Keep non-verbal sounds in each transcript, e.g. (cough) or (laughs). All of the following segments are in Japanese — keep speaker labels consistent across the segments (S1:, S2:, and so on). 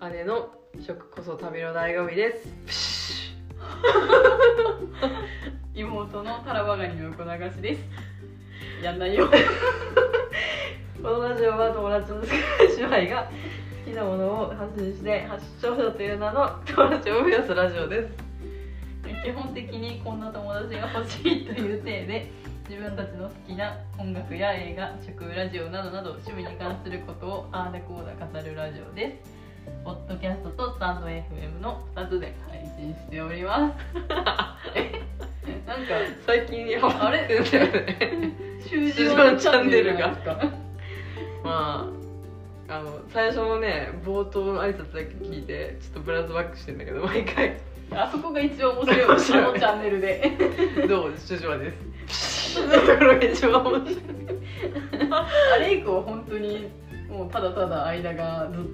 S1: 生の食こそ旅の醍醐味ですプシュ
S2: 妹のタラバガニの横流しですやんないよ
S1: このラジオは友達の少ない姉妹が好きなものを発信して発祥だという名の友達を増やすラジオです
S2: (laughs) 基本的にこんな友達が欲しいという体で自分たちの好きな音楽や映画食ラジオなどなど趣味に関することをあーだこーだ語るラジオですポッドキャストとスタンド FM の2つで配信しております (laughs) えなんか
S1: 最近ハマってんだよね
S2: 習字
S1: 習字のチャンネルが
S2: チャンネルなんですか
S1: (laughs) まああの最初のね冒頭の挨拶だけ聞いてちょっとブラウスバックしてんだけど毎回
S2: あそこが一応 (laughs) 面白い
S1: 面白い
S2: このチャンネルで
S1: 「どう主女はです」プシュッところが一番面白い
S2: あれ以降本当にもうただただ間がずっ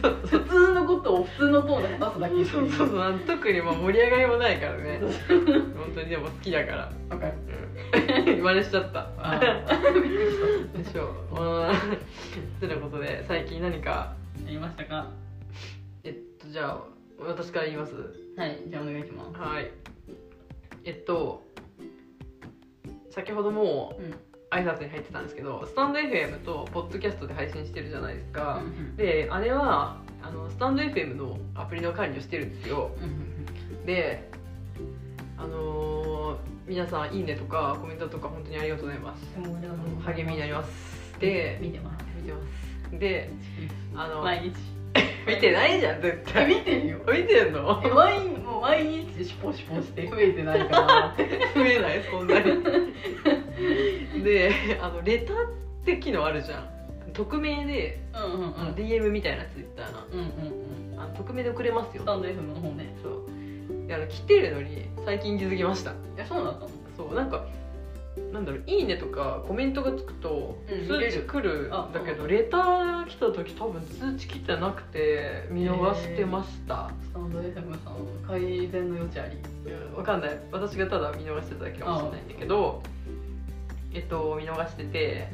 S2: と
S1: そうそう
S2: 普通のことを普通のトーンで話すだけってい
S1: そうそうそうあの特にまあ盛り上がりもないからね本当にでも好きだから
S2: わかる
S1: (laughs) うん真似しちゃった (laughs)
S2: あーびっくりした
S1: でしょう (laughs) まあということで最近何か
S2: やりましたか
S1: えっとじゃあ私から言います
S2: はいじゃあお願いします
S1: はいえっと先ほども
S2: うん
S1: う挨拶に入ってたんですけどスタンド FM とポッドキャストで配信してるじゃないですか、
S2: うん
S1: であれはあのスタンド FM のアプリの管理をしてるんですよ
S2: うん
S1: であのー皆さんいいねとかコメントとか本当にありがとうございます
S2: でも俺は
S1: あ
S2: も
S1: の
S2: う
S1: 励みになりますで
S2: 見てます
S1: 見てますであの
S2: 毎日
S1: 見てないじゃん絶
S2: え
S1: 対
S2: 見てるよ
S1: 見てんの
S2: え毎日もう毎日シポシポして増えてないかなって
S1: 増えないそんなにであのレターって機能あるじゃん匿名で、
S2: うんうんうん
S1: あの DM みたいなツイッターの
S2: うんうんうん
S1: あの匿名で送れますよ
S2: スタンド FM の方ね
S1: そうであの来てるのに最近気づきました
S2: いやそうなの
S1: そうなんかなんだろう「いいね」とかコメントがつくと
S2: うん見れ
S1: 通
S2: る
S1: 知来るん
S2: あ
S1: だけど、
S2: うん
S1: レター来た時多分通知来てなくて見逃してました、
S2: スタンド FM さん改善の余地あり
S1: いやわかんない私がただ見逃してただけかもしれないんだけどえっと見逃してて、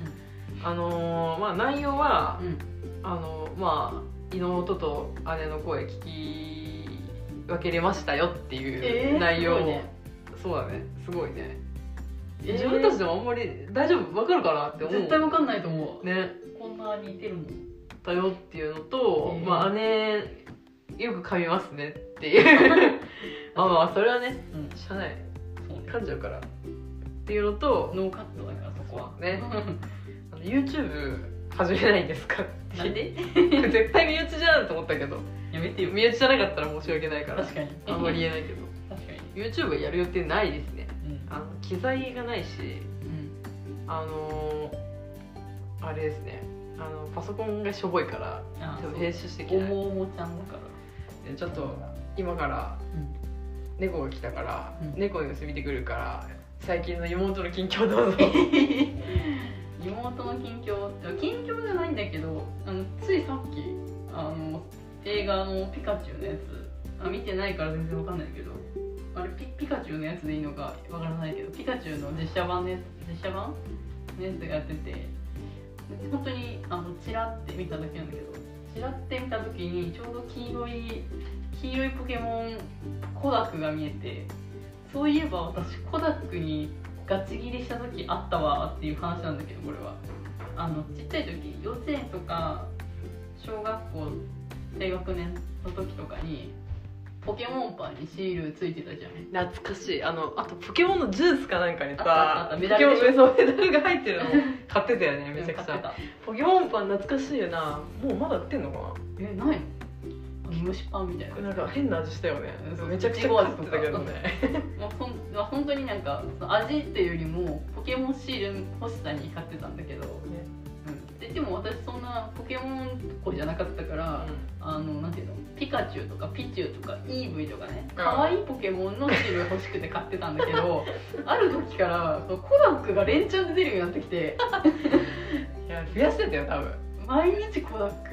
S1: あのーまあ内容は、
S2: うん
S1: あのーまあ妹と姉の声聞き分けれましたよっていう内容を、そうだねすごいね、自分たち
S2: ち
S1: でもあんまり大丈夫わかるかなって思う
S2: 絶対わかんないと思う
S1: ね
S2: こんな似てるもん
S1: だよっていうのと、
S2: えー
S1: まあ姉よく噛みますねっ
S2: (laughs)
S1: ていうまあまあそれはね
S2: うん
S1: 社内
S2: そうね
S1: 噛んじゃうからっていうのと
S2: ノーカットだからそこは
S1: ねあの YouTube 始めないんですかっ
S2: (laughs)
S1: て
S2: なんで
S1: 絶対身内じゃんと思ったけど
S2: (laughs) やめてよ
S1: 身内じゃなかったら申し訳ない (laughs) から
S2: 確かに
S1: あんまり言えないけど
S2: 確かに
S1: YouTube やる予定ないですね
S2: うん
S1: あの機材がないし
S2: うん
S1: あのーあれですねあのパソコンがしょぼいから
S2: あ
S1: 多分
S2: ー
S1: 編集してき
S2: そうお
S1: ない
S2: もおもちゃんだから
S1: ちょっと今から猫が来たから、
S2: うん
S1: 猫の様子見てくるから最近の妹の近況どうぞ
S2: (laughs) 妹の近況って近況じゃないんだけどあのついさっきあの映画の「ピカチュウ」のやつあ見てないから全然わかんないけどあれピピカチュウのやつでいいのかわからないけどピカチュウの実写版のやつ実写版のやつがやってて本当にあのチラって見ただけなんだけどチラって見た時にちょうど黄色い黄色いポケモンコダックが見えてそういえば私コダックにガチ切りした時あったわっていう話なんだけどこれはあのちっちゃい時幼稚園とか小学校低学年の時とかにポケモンパンにシールついてたじゃん
S1: 懐かしいあのあとポケモンのジュースかなんかに
S2: あったあった
S1: さポ
S2: メ
S1: ケモ
S2: ダ
S1: ン
S2: ル
S1: の
S2: でしょ
S1: そうメダルが入っ
S2: (laughs)
S1: てるの買ってたよねめちゃく
S2: 買
S1: ち
S2: って
S1: ゃ
S2: た
S1: ポケモンパン懐かしいよなもうまだ売ってんのか
S2: えないのあの蒸しパンみたいな
S1: ななんか変な味したよね
S2: そう
S1: めちゃくちゃ買ってたけどね
S2: まあ、ほんまあ本当になんかその味っていうよりもポケモンシール欲しさに買ってたんだけど、うん、ででも私そんなポケモン子じゃなかったから、あのなんていうのピカチュウとかピチュウとかイーブイとかね
S1: ん
S2: 可愛いポケモンのシール欲しくて買ってたんだけ (laughs) どある時からそのコダックが連チャンで出るようになってきて
S1: うんいや増やしてたよ多分
S2: 毎日コダック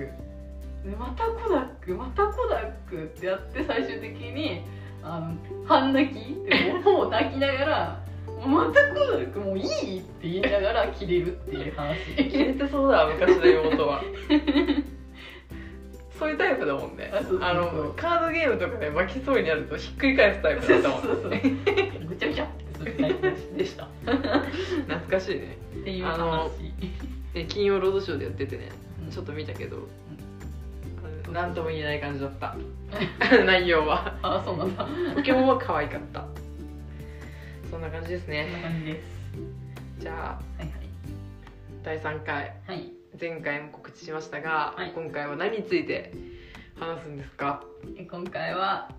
S2: でまたコダックまたコダックってやって最終的にあの半泣きってもうもう泣きながら「またコダックもういい!」って言いながら切れるっていう話 (laughs)
S1: 切れてそうだ昔の妹はそういうタイプだもんね
S2: あそう
S1: あ
S2: そう
S1: のカードゲームとかで負けそうになるとひっくり返すタイプだったもんね
S2: (laughs) そうそうそうぐちゃぐちゃってするタイプでしたっ
S1: 懐かしいね
S2: ていう
S1: あ
S2: 話
S1: ので金曜ロードショーでやっててねちょっ
S2: と
S1: と見たけど何とも言えない感じだった (laughs) 内容は
S2: あそうなんだこ
S1: ポケモンは可愛かったそんな感じです
S2: ん
S1: ね
S2: な感じです
S1: じゃあ
S2: はい
S1: 第3回
S2: はいはい
S1: 前回も告知しましたが、
S2: はい
S1: 今回は何について話すんですか
S2: え今回は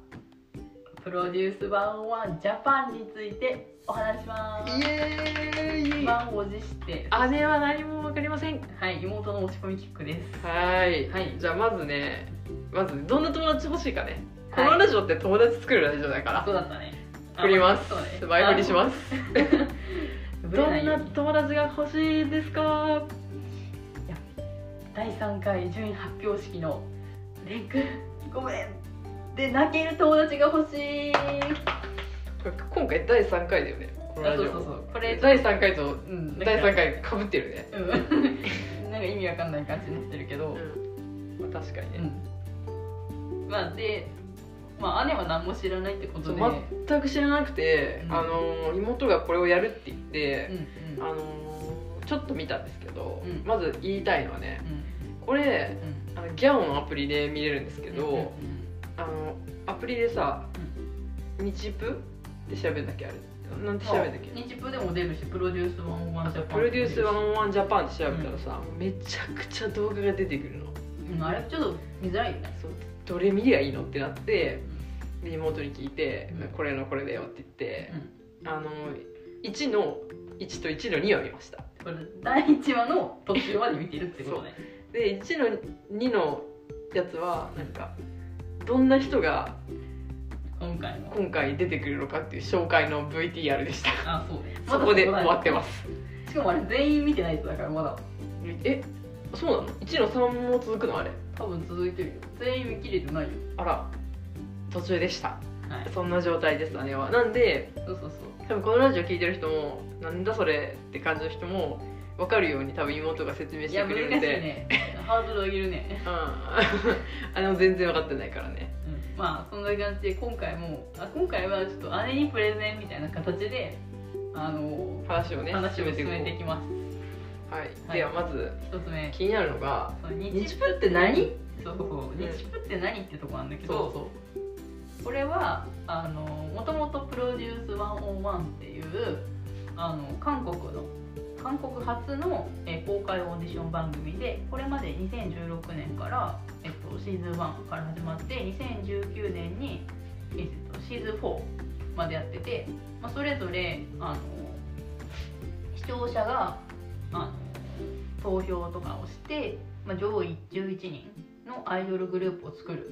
S2: プロデュース101ジャパンについてお話しします
S1: イエーイ
S2: 満を持して
S1: 姉は何も分かりません
S2: はい妹の持ち込みキックです
S1: はーい
S2: はい
S1: じゃあまずねまずどんな友達欲しいかね、
S2: はい
S1: このラジオって友達作るラジオだから
S2: そうだったね
S1: 作ります
S2: そうね
S1: 前振りします
S2: あぶ
S1: ど
S2: れない
S1: ん
S2: よう
S1: な
S2: に
S1: 友達が欲しいですか
S2: 第3回順位発表式のレン君ごめんで泣ける友達が欲しい
S1: これ今回第3回だよねこの
S2: あ
S1: ラジ
S2: そ
S1: オ
S2: うそうそうこれ
S1: 第3回と
S2: うん
S1: 第3
S2: 回
S1: 回かぶってるね、
S2: うん (laughs) なんか意味わかんない感じになってるけど
S1: まあ確かにね、
S2: うんまあでまあ姉は何も知らないってこと
S1: そう
S2: で
S1: 全く知らなくて、
S2: うん
S1: あのー妹がこれをやるって言って、
S2: うんうん
S1: あのーちょっと見たんですけど、
S2: うん
S1: まず言いたいのはね
S2: う
S1: これ
S2: んうん
S1: あのギャオのアプリで見れるんですけど、
S2: うんうん
S1: あのアプリでさ「日プ」って調べるんだっけあれなんて調べるんだっけ
S2: うん、日プでも出るしプロデュース101ジャパン
S1: プロデュースワンワンジャパンって調べたらさ、めちゃくちゃ動画が出てくるの
S2: うんあれちょっと見づらいよね
S1: そうどれ見りゃいいのってなってで妹に聞いて
S2: うん
S1: 「これのこれだよ」って言って
S2: う、ん
S1: あの1の1と1の2を見ました
S2: これ第1話の途中まで見てるってことね
S1: で1の2のやつはなんかどんな人が
S2: 今回の
S1: 今回出てくるのかっていう紹介の VTR でした
S2: あそうね
S1: そこで
S2: まだ
S1: 終
S2: だ
S1: わってます
S2: しかもあれ全員見てない人だからまだ
S1: えそうなの ?1 の3も続くのあれ
S2: 多分続いてるよ全員見切れてないよ
S1: あら途中でした
S2: はい
S1: そんな状態です姉はなんで
S2: そうそうそう
S1: 多分このラジオ聞いてる人もなんだそれって感じの人も分かるように多分妹が説明
S2: い
S1: して
S2: や難
S1: く
S2: し
S1: れ
S2: い
S1: るので
S2: (laughs) ねハードル上げるね、
S1: うんあの全然分かってないからね
S2: うん、まあそんな感じで今回もあ今回はちょっと姉にプレゼンみたいな形であの
S1: 話をね
S2: 話を進めてい
S1: い
S2: きます
S1: こうはい、
S2: はい
S1: ではまず
S2: 一つ目
S1: 気になるのが
S2: そう
S1: 日
S2: 日
S1: プ
S2: プ
S1: っ
S2: ってて
S1: 何
S2: 何そうそうそう日プって何ってとこなんだけど
S1: そう
S2: これはあのもともとプロデュース101っていうあの韓国の韓国初の、えー公開オーディション番組でこれまで2016年から、えっと、シーズン1から始まって2019年に、えっと、シーズン4までやってて、まあ、それぞれあの視聴者があの投票とかをして、まあ、上位11人のアイドルグループを作るっ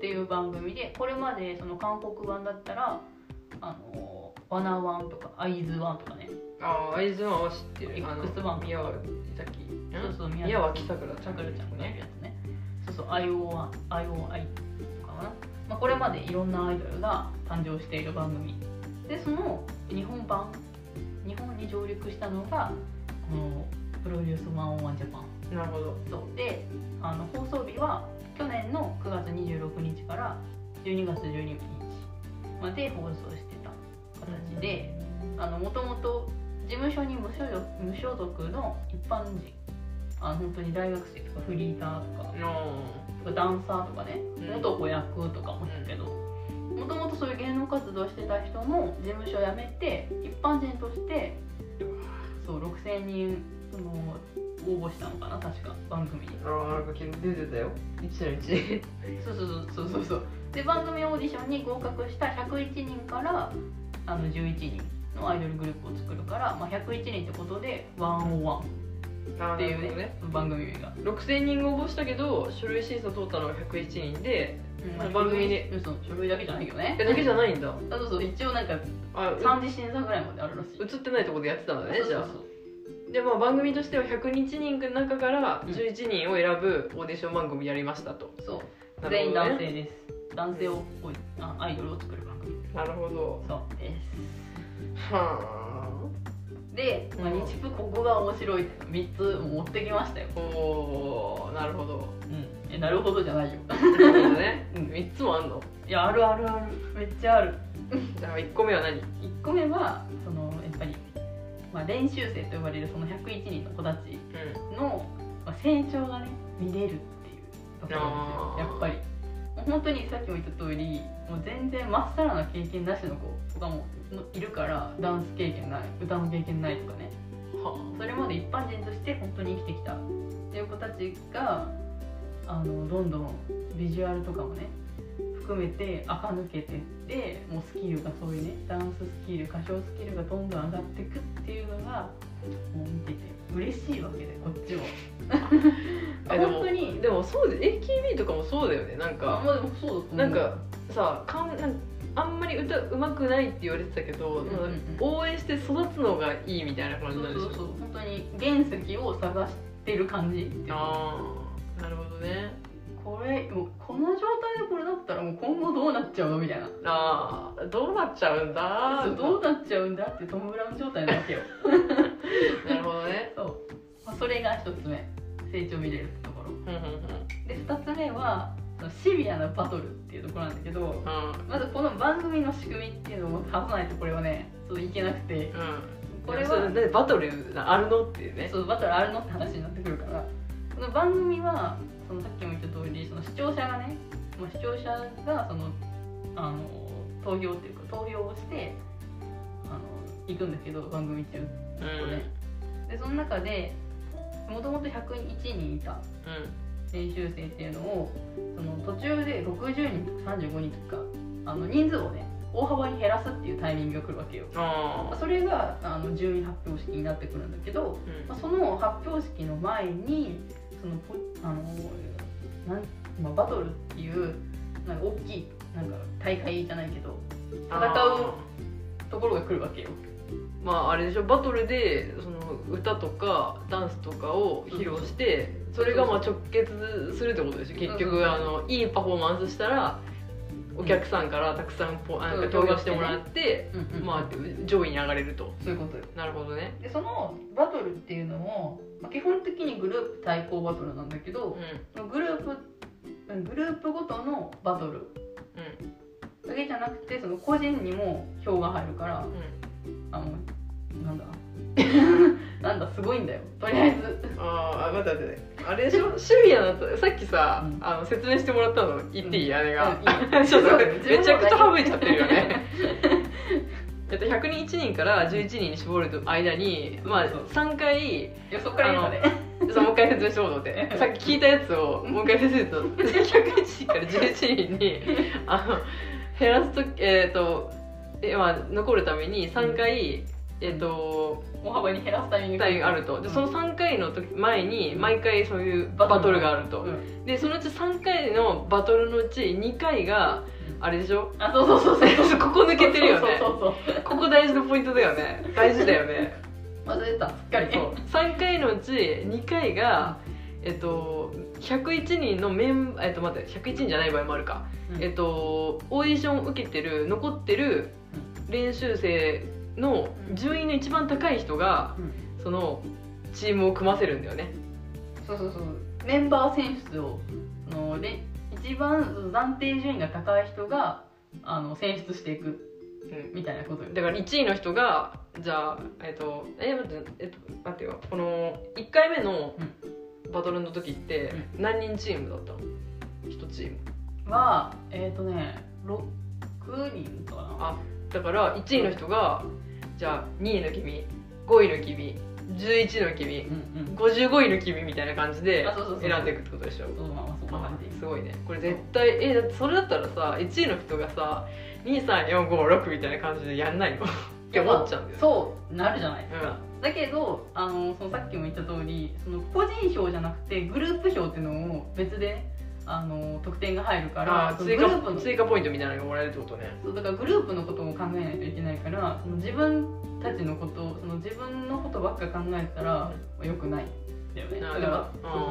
S2: ていう番組でこれまでその韓国版だったら「あのワナワン」とか「アイズワン」とかね
S1: ああ会津湾は知ってる
S2: X1
S1: 宮脇咲
S2: そうそう宮
S1: 宮
S2: 脇
S1: 脇さくらち
S2: さ
S1: ゃん
S2: くらちゃんがやるやつねそうそう IOI とかかな、まあ、これまでいろんなアイドルが誕生している番組でその日本版日本に上陸したのがこの「プロデュース101ジャパン」
S1: なるほど
S2: そうであの放送日は去年の9月26日から12月12日まで放送してた形でもともと事務所に無所属無所属の一般人あの本当に大学生とかフリーターとか
S1: の
S2: ダンサーとかね
S1: うん
S2: 元子役とかもいるけどもともとそういう芸能活動してた人も事務所辞めて一般人としてそう6,000人その応募したのかな確か番組に。
S1: あーなんか昨日出てたよ1の1
S2: そうそうそうそうそうそうで番組オーディションに合格した101人からあの11人のアイドルグループを作るから、まあ、101人ってことで101
S1: あー
S2: ってい
S1: な
S2: う
S1: るほ
S2: ね
S1: ど
S2: 番組名が、
S1: 6000人が応募したけど書類審査通ったのが101人で
S2: まあ
S1: 番組で
S2: 書類そう書類だけじゃないよね
S1: えだけじゃ
S2: い
S1: ないんだ
S2: そうそう一応なんか
S1: あう
S2: 三次審査ぐらいまであるらしい
S1: 映ってないところでやってたんだね
S2: そう
S1: じ
S2: そ
S1: ゃ
S2: う
S1: あ
S2: そう
S1: でまあ番組としては101人の中から
S2: うん
S1: 11人を選ぶオーディション番組やりましたと、
S2: そう
S1: なる
S2: 全
S1: ほ
S2: 員
S1: ど
S2: 男
S1: ね
S2: 性です男性をこうあアイドルを作る番組
S1: なるほど
S2: そうです
S1: は
S2: で、まあ、
S1: うん
S2: 日プここが面白いって3つ持ってきましたよ、 (laughs)
S1: あおーなるほど
S2: うん、えなるほどじゃないよ
S1: なるほどね
S2: うん
S1: 三つもあんの
S2: いやあるあるあるめっちゃある
S1: じゃあ一個目は何
S2: 1個目はそのやっぱり、まあ、練習生と呼ばれるその101人の子たち
S1: う
S2: のまあ成長がね見れるっていうところ
S1: あー
S2: ですよやっぱりもう本当にさっきも言った通りもう全然まっさらな経験なしの子とかもいるからダンス経験ない歌の経験ないとかね
S1: んは
S2: それまで一般人として本当に生きてきたっていう子たちがあのどんどんビジュアルとかもね含めて垢抜けてってもうスキルがそういうねダンススキル歌唱スキルがどんどん上がっていくっていうのがもう見てて嬉しいわけでこっち
S1: (laughs)
S2: も
S1: えでも
S2: 本当に
S1: でもそうで AKB とかもそうだよねなんか
S2: まあでもそうだと思う
S1: なんかさかんなんあんまり歌うまくないって言われてたけど、
S2: うんうんうん
S1: 応援して育つのがいいみたいな
S2: そ
S1: 感
S2: う
S1: じなんでし
S2: そ
S1: ょ
S2: うそう本当に原石を探してる感じっていうか
S1: ああなるほどね
S2: これもうこの状態でこれだったらもう今後どうなっちゃうのみたいな
S1: ああどうなっちゃうんだ
S2: そうどうなっちゃうんだってトム・ブラウン状態なわ
S1: (laughs)
S2: けよ
S1: なるほどね
S2: そう、まあ、それが一つ目成長見れるってところ
S1: うんうんうん
S2: で二つ目はそのシビアなバトルっていうところなんだけど
S1: うん
S2: まずこの番組の仕組みっていうのを話さないとこれはねちょっといけなくて
S1: うん
S2: これは
S1: そでバトルなあるのっていうね
S2: そうバトルあるのって話になってくるからこの番組はそのさっきも言った通りその視聴者がね、まあ、視聴者がそのあの投票っていうか投票をしてあの行くんだけど番組っていう
S1: うん
S2: これでその中でもともと101人いた
S1: うん
S2: 練習生っていうのをその途中で60人とか35人とかあの人数をね大幅に減らすっていうタイミングが来るわけよ
S1: あ
S2: それがあの順位発表式になってくるんだけど、
S1: ーうん
S2: まあ、その発表式の前にそのポあのなん、まあ、バトルっていうなんか大きいなんか大会じゃないけど戦う
S1: あ
S2: ところが来るわけよ
S1: ーまああれでしょバトルでその歌とかダンスとかを披露してそれがまあ直結するってことでしょ結
S2: うん
S1: 局あのいいパフォーマンスしたらお客さんからたくさんポあなんか投票してもらって、
S2: うんうん
S1: まあ、上位に上がれると
S2: そういうことよ
S1: なるほどね
S2: でそのバトルっていうのも、まあ、基本的にグループ対抗バトルなんだけ
S1: うん
S2: どグループうんグループごとのバトル
S1: う
S2: だけじゃなくてその個人にも票が入るから
S1: ん
S2: あのなんだ (laughs) なんだすごいんだよとりあえず
S1: あーあ待って待って待ってあれでしょ趣味やなとさっきさ、
S2: うん
S1: あの説明してもらったの言っていい、あれが、
S2: うんいい
S1: (laughs) ちょっと
S2: そう
S1: めちゃくちゃ省いちゃってるよね (laughs) えっと101人から11人に絞る間に、まあ、
S2: そう
S1: 3回
S2: いやそっから言うのね
S1: そうもう一回説明しようと思 (laughs) ってさっき聞いたやつをもう一回説明 (laughs) すると101人から11人にあの減らすとえっ、とえまあ、残るために3回、えっ、と
S2: 大幅に減らすタイミング
S1: タイミングあるとでその3回の時前に毎回そういうバトルがあると、
S2: うん
S1: でそのうち3回のバトルのうち2回があれでしょ (laughs)
S2: あそうそうそうそう
S1: そうここ抜けてるよね
S2: そうそうそうそう
S1: ここ大事なポイントだよね大事だよね
S2: 忘れてたすっかり
S1: そう3回のうち2回がえっと101人のメンえっと待って101人じゃない場合もあるか、
S2: うん
S1: えっとオーディションを受けてる残ってる練習生の順位の一番高い人が
S2: うん
S1: そのチームを組ませるんだよね
S2: そうそうそうメンバー選出をそのれ一番暫定順位が高い人があの選出していく
S1: うん
S2: みたいなことよ
S1: だから1位の人がじゃあえっとえ待ってえっと待ってよこの1回目のバトルの時って何人チームだったの1チーム
S2: はえっ、とね6人かな
S1: あだから1位の人がじゃあ2位の君5位の君11位の
S2: う
S1: 君
S2: んうん
S1: 55位の君みたいな感じで
S2: あそうそうそう
S1: 選んでいくってことでしょ
S2: そうまあまあそんな感じ
S1: すごいねこれ絶対えだってそれだったらさ1位の人がさ23456みたいな感じでやんないのって思っちゃうんだよね
S2: そうなるじゃないですか、
S1: う
S2: だけどあのそのさっきも言った通りその個人票じゃなくてグループ票っていうのを別であの得点が入るから
S1: あ
S2: その
S1: 追
S2: グループ
S1: 加
S2: の
S1: 追加ポイントみたいなのがもらえるってことね
S2: そうだからグループのことも考えないといけないからその自分たちのことその自分のことばっか考えたら良くないんだよね
S1: な
S2: そ
S1: る
S2: れ
S1: ほど
S2: はそうそうそう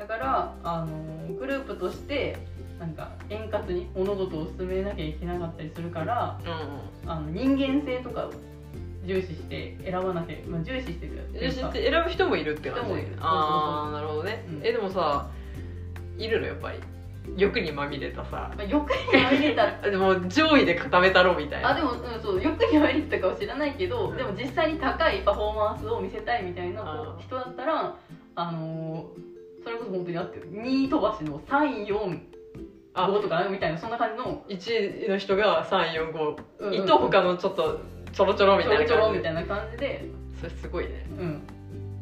S2: だからあのグループとしてなんか円滑に物事を進めなきゃいけなかったりするから
S1: うん
S2: あの人間性とかを重視して選ばなきゃ、まあ、重視してる
S1: うん、で選ぶ人もいるって感じ
S2: 人もいる
S1: ああなるほどね、
S2: うん
S1: えでもさいるのやっぱり欲にまみれたさ
S2: まあ、欲にまみれた
S1: でも上位で固めたろみたい
S2: あ
S1: な
S2: でも、うん、そう欲にまみれてたかは知らないけどでも実際に高いパフォーマンスを見せたいみたいな
S1: あー
S2: 人だったらあのーそれこそ本当にあってる2飛ばしの345
S1: あ
S2: とかみたいなそんな感じの
S1: 1位の人が345
S2: うん
S1: いと他のちょっとちょろちょろみ
S2: ちょ
S1: たい
S2: ろ
S1: な
S2: ちょろ
S1: 感
S2: み
S1: じ
S2: たいな感じで
S1: それすごいね
S2: うん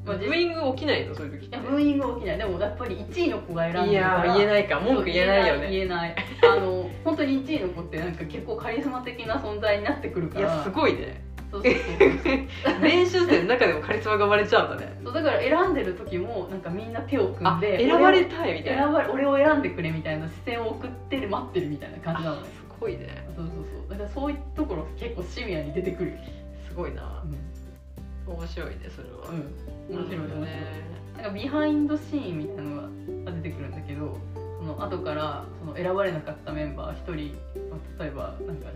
S2: ま
S1: ま
S2: あ
S1: あ、
S2: 実
S1: ブーイング起きないのそういう時っ
S2: い
S1: て
S2: やブーイング起きないでもやっぱり1位の子が選ん
S1: い
S2: でるか
S1: や
S2: ら
S1: ー言えないか文句言えないよね
S2: 言えないあの本当に1位の子ってなんか結構カリスマ的な存在になってくるか
S1: い
S2: ら
S1: やすごいね
S2: そうそうそう
S1: 練習生の中でもカリスマが生まれちゃうんだね
S2: そうだから選んでる時もなんかみんな手を組ん
S1: あ
S2: で
S1: 選ばれたいみたい
S2: 選
S1: な
S2: ばれ俺を選んでくれみたいな視線を送ってる待ってるみたいな感じなの
S1: あ
S2: ね
S1: すごいね
S2: そうそうそうだからそういうところ結構シビアに出てくるよ
S1: すごいな
S2: う
S1: 面白いねそれは、
S2: ん、うん、面白い面白い
S1: ね
S2: なんかビハインドシーンみたいなのが出てくるんだけどその後からその選ばれなかったメンバー1人、まあ例えばなんか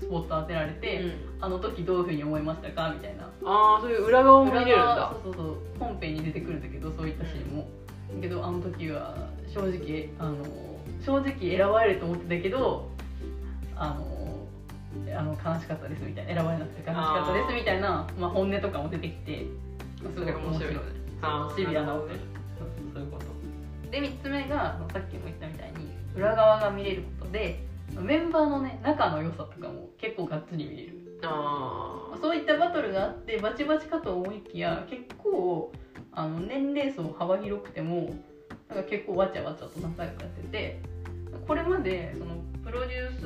S2: スポット当てられて、
S1: うん
S2: あの時どういうふうに思いましたかみたいな
S1: ああそういう裏側も見れるん
S2: 裏側
S1: だ
S2: そうそうそう本編に出てくるんだけどそういったシーンも、だけどあの時は正直あの正直選ばれると思ってたけどあのあの悲しかったですみたいな選ばれなくて悲しかったですみたいなまあ、本音とかも出てきてまあす
S1: そ
S2: ごい
S1: れが
S2: 面
S1: 面
S2: 白
S1: 白
S2: い
S1: いよね
S2: そうシビアな
S1: あー
S2: こ
S1: るほ
S2: とそうそうそ
S1: どね
S2: ういうことで3つ目がさっきも言ったみたいに裏側が見れることでメンバーのね仲の良さとかも結構がっつり見れる
S1: あ
S2: そういったバトルがあってバチバチかと思いきや結構あの年齢層幅広くてもなんか結構わちゃわちゃと仲良くやっててこれまでそのプロデュース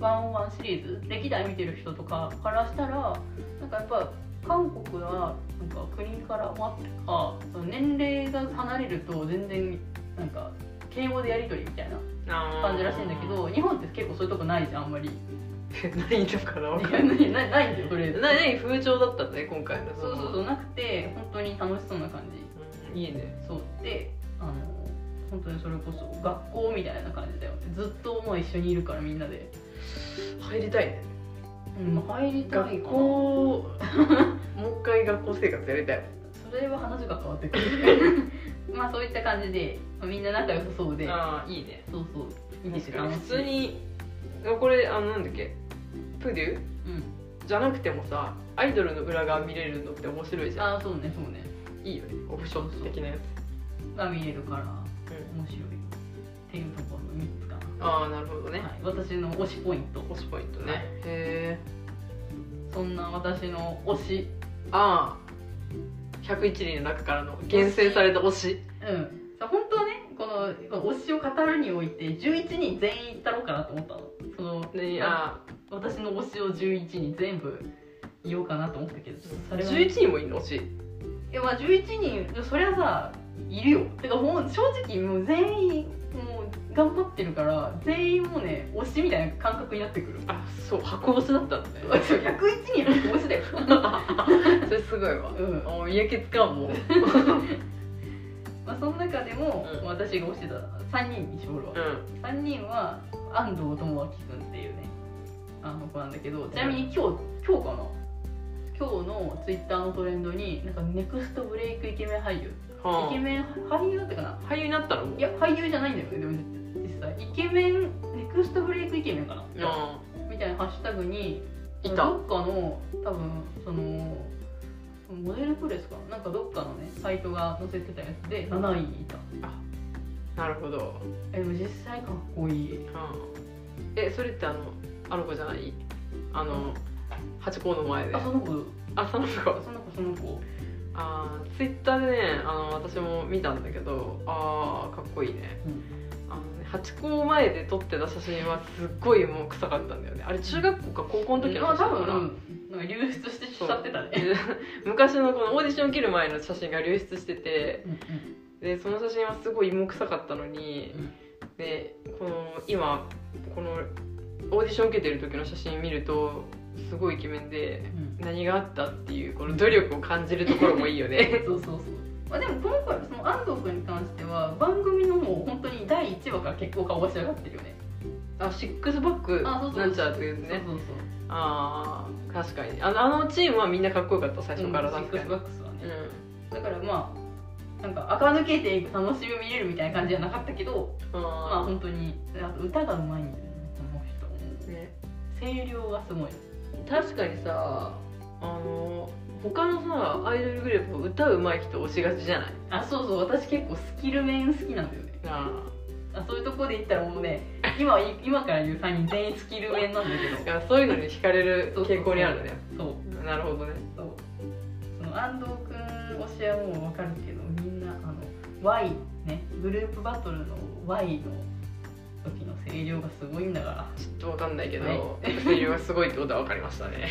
S2: 101シリーズ歴代見てる人とかからしたらなんかやっぱ韓国はなんか国からもあってかその年齢が離れると全然なんか敬語でやり取りみたいな
S1: ー
S2: (laughs)
S1: あ
S2: 感じらしいんだけど日本って結構そういうとこないじゃんあんまり
S1: ど (laughs) 何とかなわかんない
S2: (laughs) ないないないんだよとりあえず
S1: な何風潮だったんだね今回の
S2: そうそうそうなくて本当に楽しそうな感じ
S1: うんいいね
S2: そうであの本当にそれこそ学校みたいな感じだよずっともう一緒にいるからみんなで、
S1: 入りたいね
S2: うん、入りたいか
S1: 学
S2: な
S1: 校 (laughs) もう一回学校生活やりたい
S2: それは話が変わってく (laughs) るまあそういった感じでみんな仲良さそうで
S1: ああいいね
S2: そうそういいですよ
S1: 普通、にこれあのなんだっけプデュ
S2: うん、
S1: じゃなくてもさアイドルの裏側見れるのって面白いじゃ
S2: ああそうねそうね
S1: んいいよねオプション的なやつ
S2: が見れるから
S1: うん
S2: 面白いっていうところの3つか
S1: ああなるほどね、
S2: な、はい、私の推しポイント
S1: 推しポイント
S2: は
S1: ね
S2: い
S1: へえ
S2: そんな私の推し
S1: ああ101人の中からの厳選された推し
S2: うん、さ本当はねこのこの推しを語るにおいて11人全員言ったろうかなと思ったのその
S1: ねああ
S2: 私の推しを11人全部言おうかなと思ったけどそれは
S1: 11人もいるの推し
S2: いやまあ11人そりゃさいるよてかもう正直もう全員もう頑張ってるから全員もうね推しみたいな感覚になって (laughs) くる
S1: あそう箱推しだったんだね
S2: 101人の推しだよ、
S1: (laughs) それすごいわ
S2: (laughs) うん
S1: もう嫌気つかんもう
S2: まあ、その中でも、
S1: うん
S2: 私が推してた3人に絞るわ
S1: うん
S2: 3人は安藤智明君っていうねあの子なんだけどちなみに今日今日かな今日のツイッターのトレンドになんかネクストブレイクイケメン俳優イケ
S1: は
S2: メン俳優だったかな
S1: あ俳優になったのもう
S2: いや俳優じゃないんだよねでも実際イケメンネクストブレイクイケメンかな
S1: あ
S2: みたいなハッシュタグに
S1: いた
S2: どっかの多分そのモデルプレスかななんかどっかのねサイトが載せてたやつで7位にいた
S1: なるほど
S2: えでも実際かっこいい
S1: うんえそれってあのあの子じゃないあのハチ公の前で
S2: あその子
S1: あその子
S2: その子その子
S1: あツイッター Twitter でねあの私も見たんだけどあーかっこいいね
S2: うん
S1: あのねハチ公前で撮ってた写真はすっごいもう臭かったんだよねあれ中学校か高校の時の
S2: まあ
S1: 写
S2: 多
S1: 真かな、
S2: 分、なんか流出してしちゃってたね。
S1: (laughs) 昔のこのオーディション受ける前の写真が流出してて
S2: (laughs)
S1: でその写真はすごい芋臭かったのにでこの今このオーディション受けてる時の写真見るとすごいイケメンで何があったっていうこの努力を感じるところもいいよね
S2: そうそうそう。まあでも今回その安藤君に関しては番組のもう本当に第一話から結構顔が仕上がってるよね。
S1: あシックスバック
S2: あそうそう
S1: なんちゃらというね
S2: そうそう
S1: ああ確かにあのあのチームはみんなかっこよかった最
S2: そう。
S1: 初から
S2: うんシ
S1: 確
S2: ックス
S1: かに、
S2: バックスは
S1: う
S2: ね。
S1: ん
S2: だからまあなんか垢抜けていく楽しみを見れるみたいな感じじゃなかったけどまあ
S1: あ
S2: 本当にあと歌がうまいんだよねこの人
S1: ーね
S2: 声量がすごい
S1: 確かにさあの他のさアイドルグループ歌うまい人推しがちじゃない
S2: あそうそう私結構スキル面好きなんだよね
S1: あ
S2: あそういうとこで言ったらもうね今はい今から言う3人全員スキル面なんだ
S1: い
S2: け
S1: やそういうのに惹か
S2: (laughs)
S1: れる (laughs) 傾向にあるね
S2: どそう
S1: なるほどね
S2: そうその安藤君推しはもう分かるけどみんなあの Y ねグループバトルの Y の時の声量がすごいんだから
S1: ちょっとわかんないけど、
S2: はい
S1: 声優がすごいってことは分かりましたね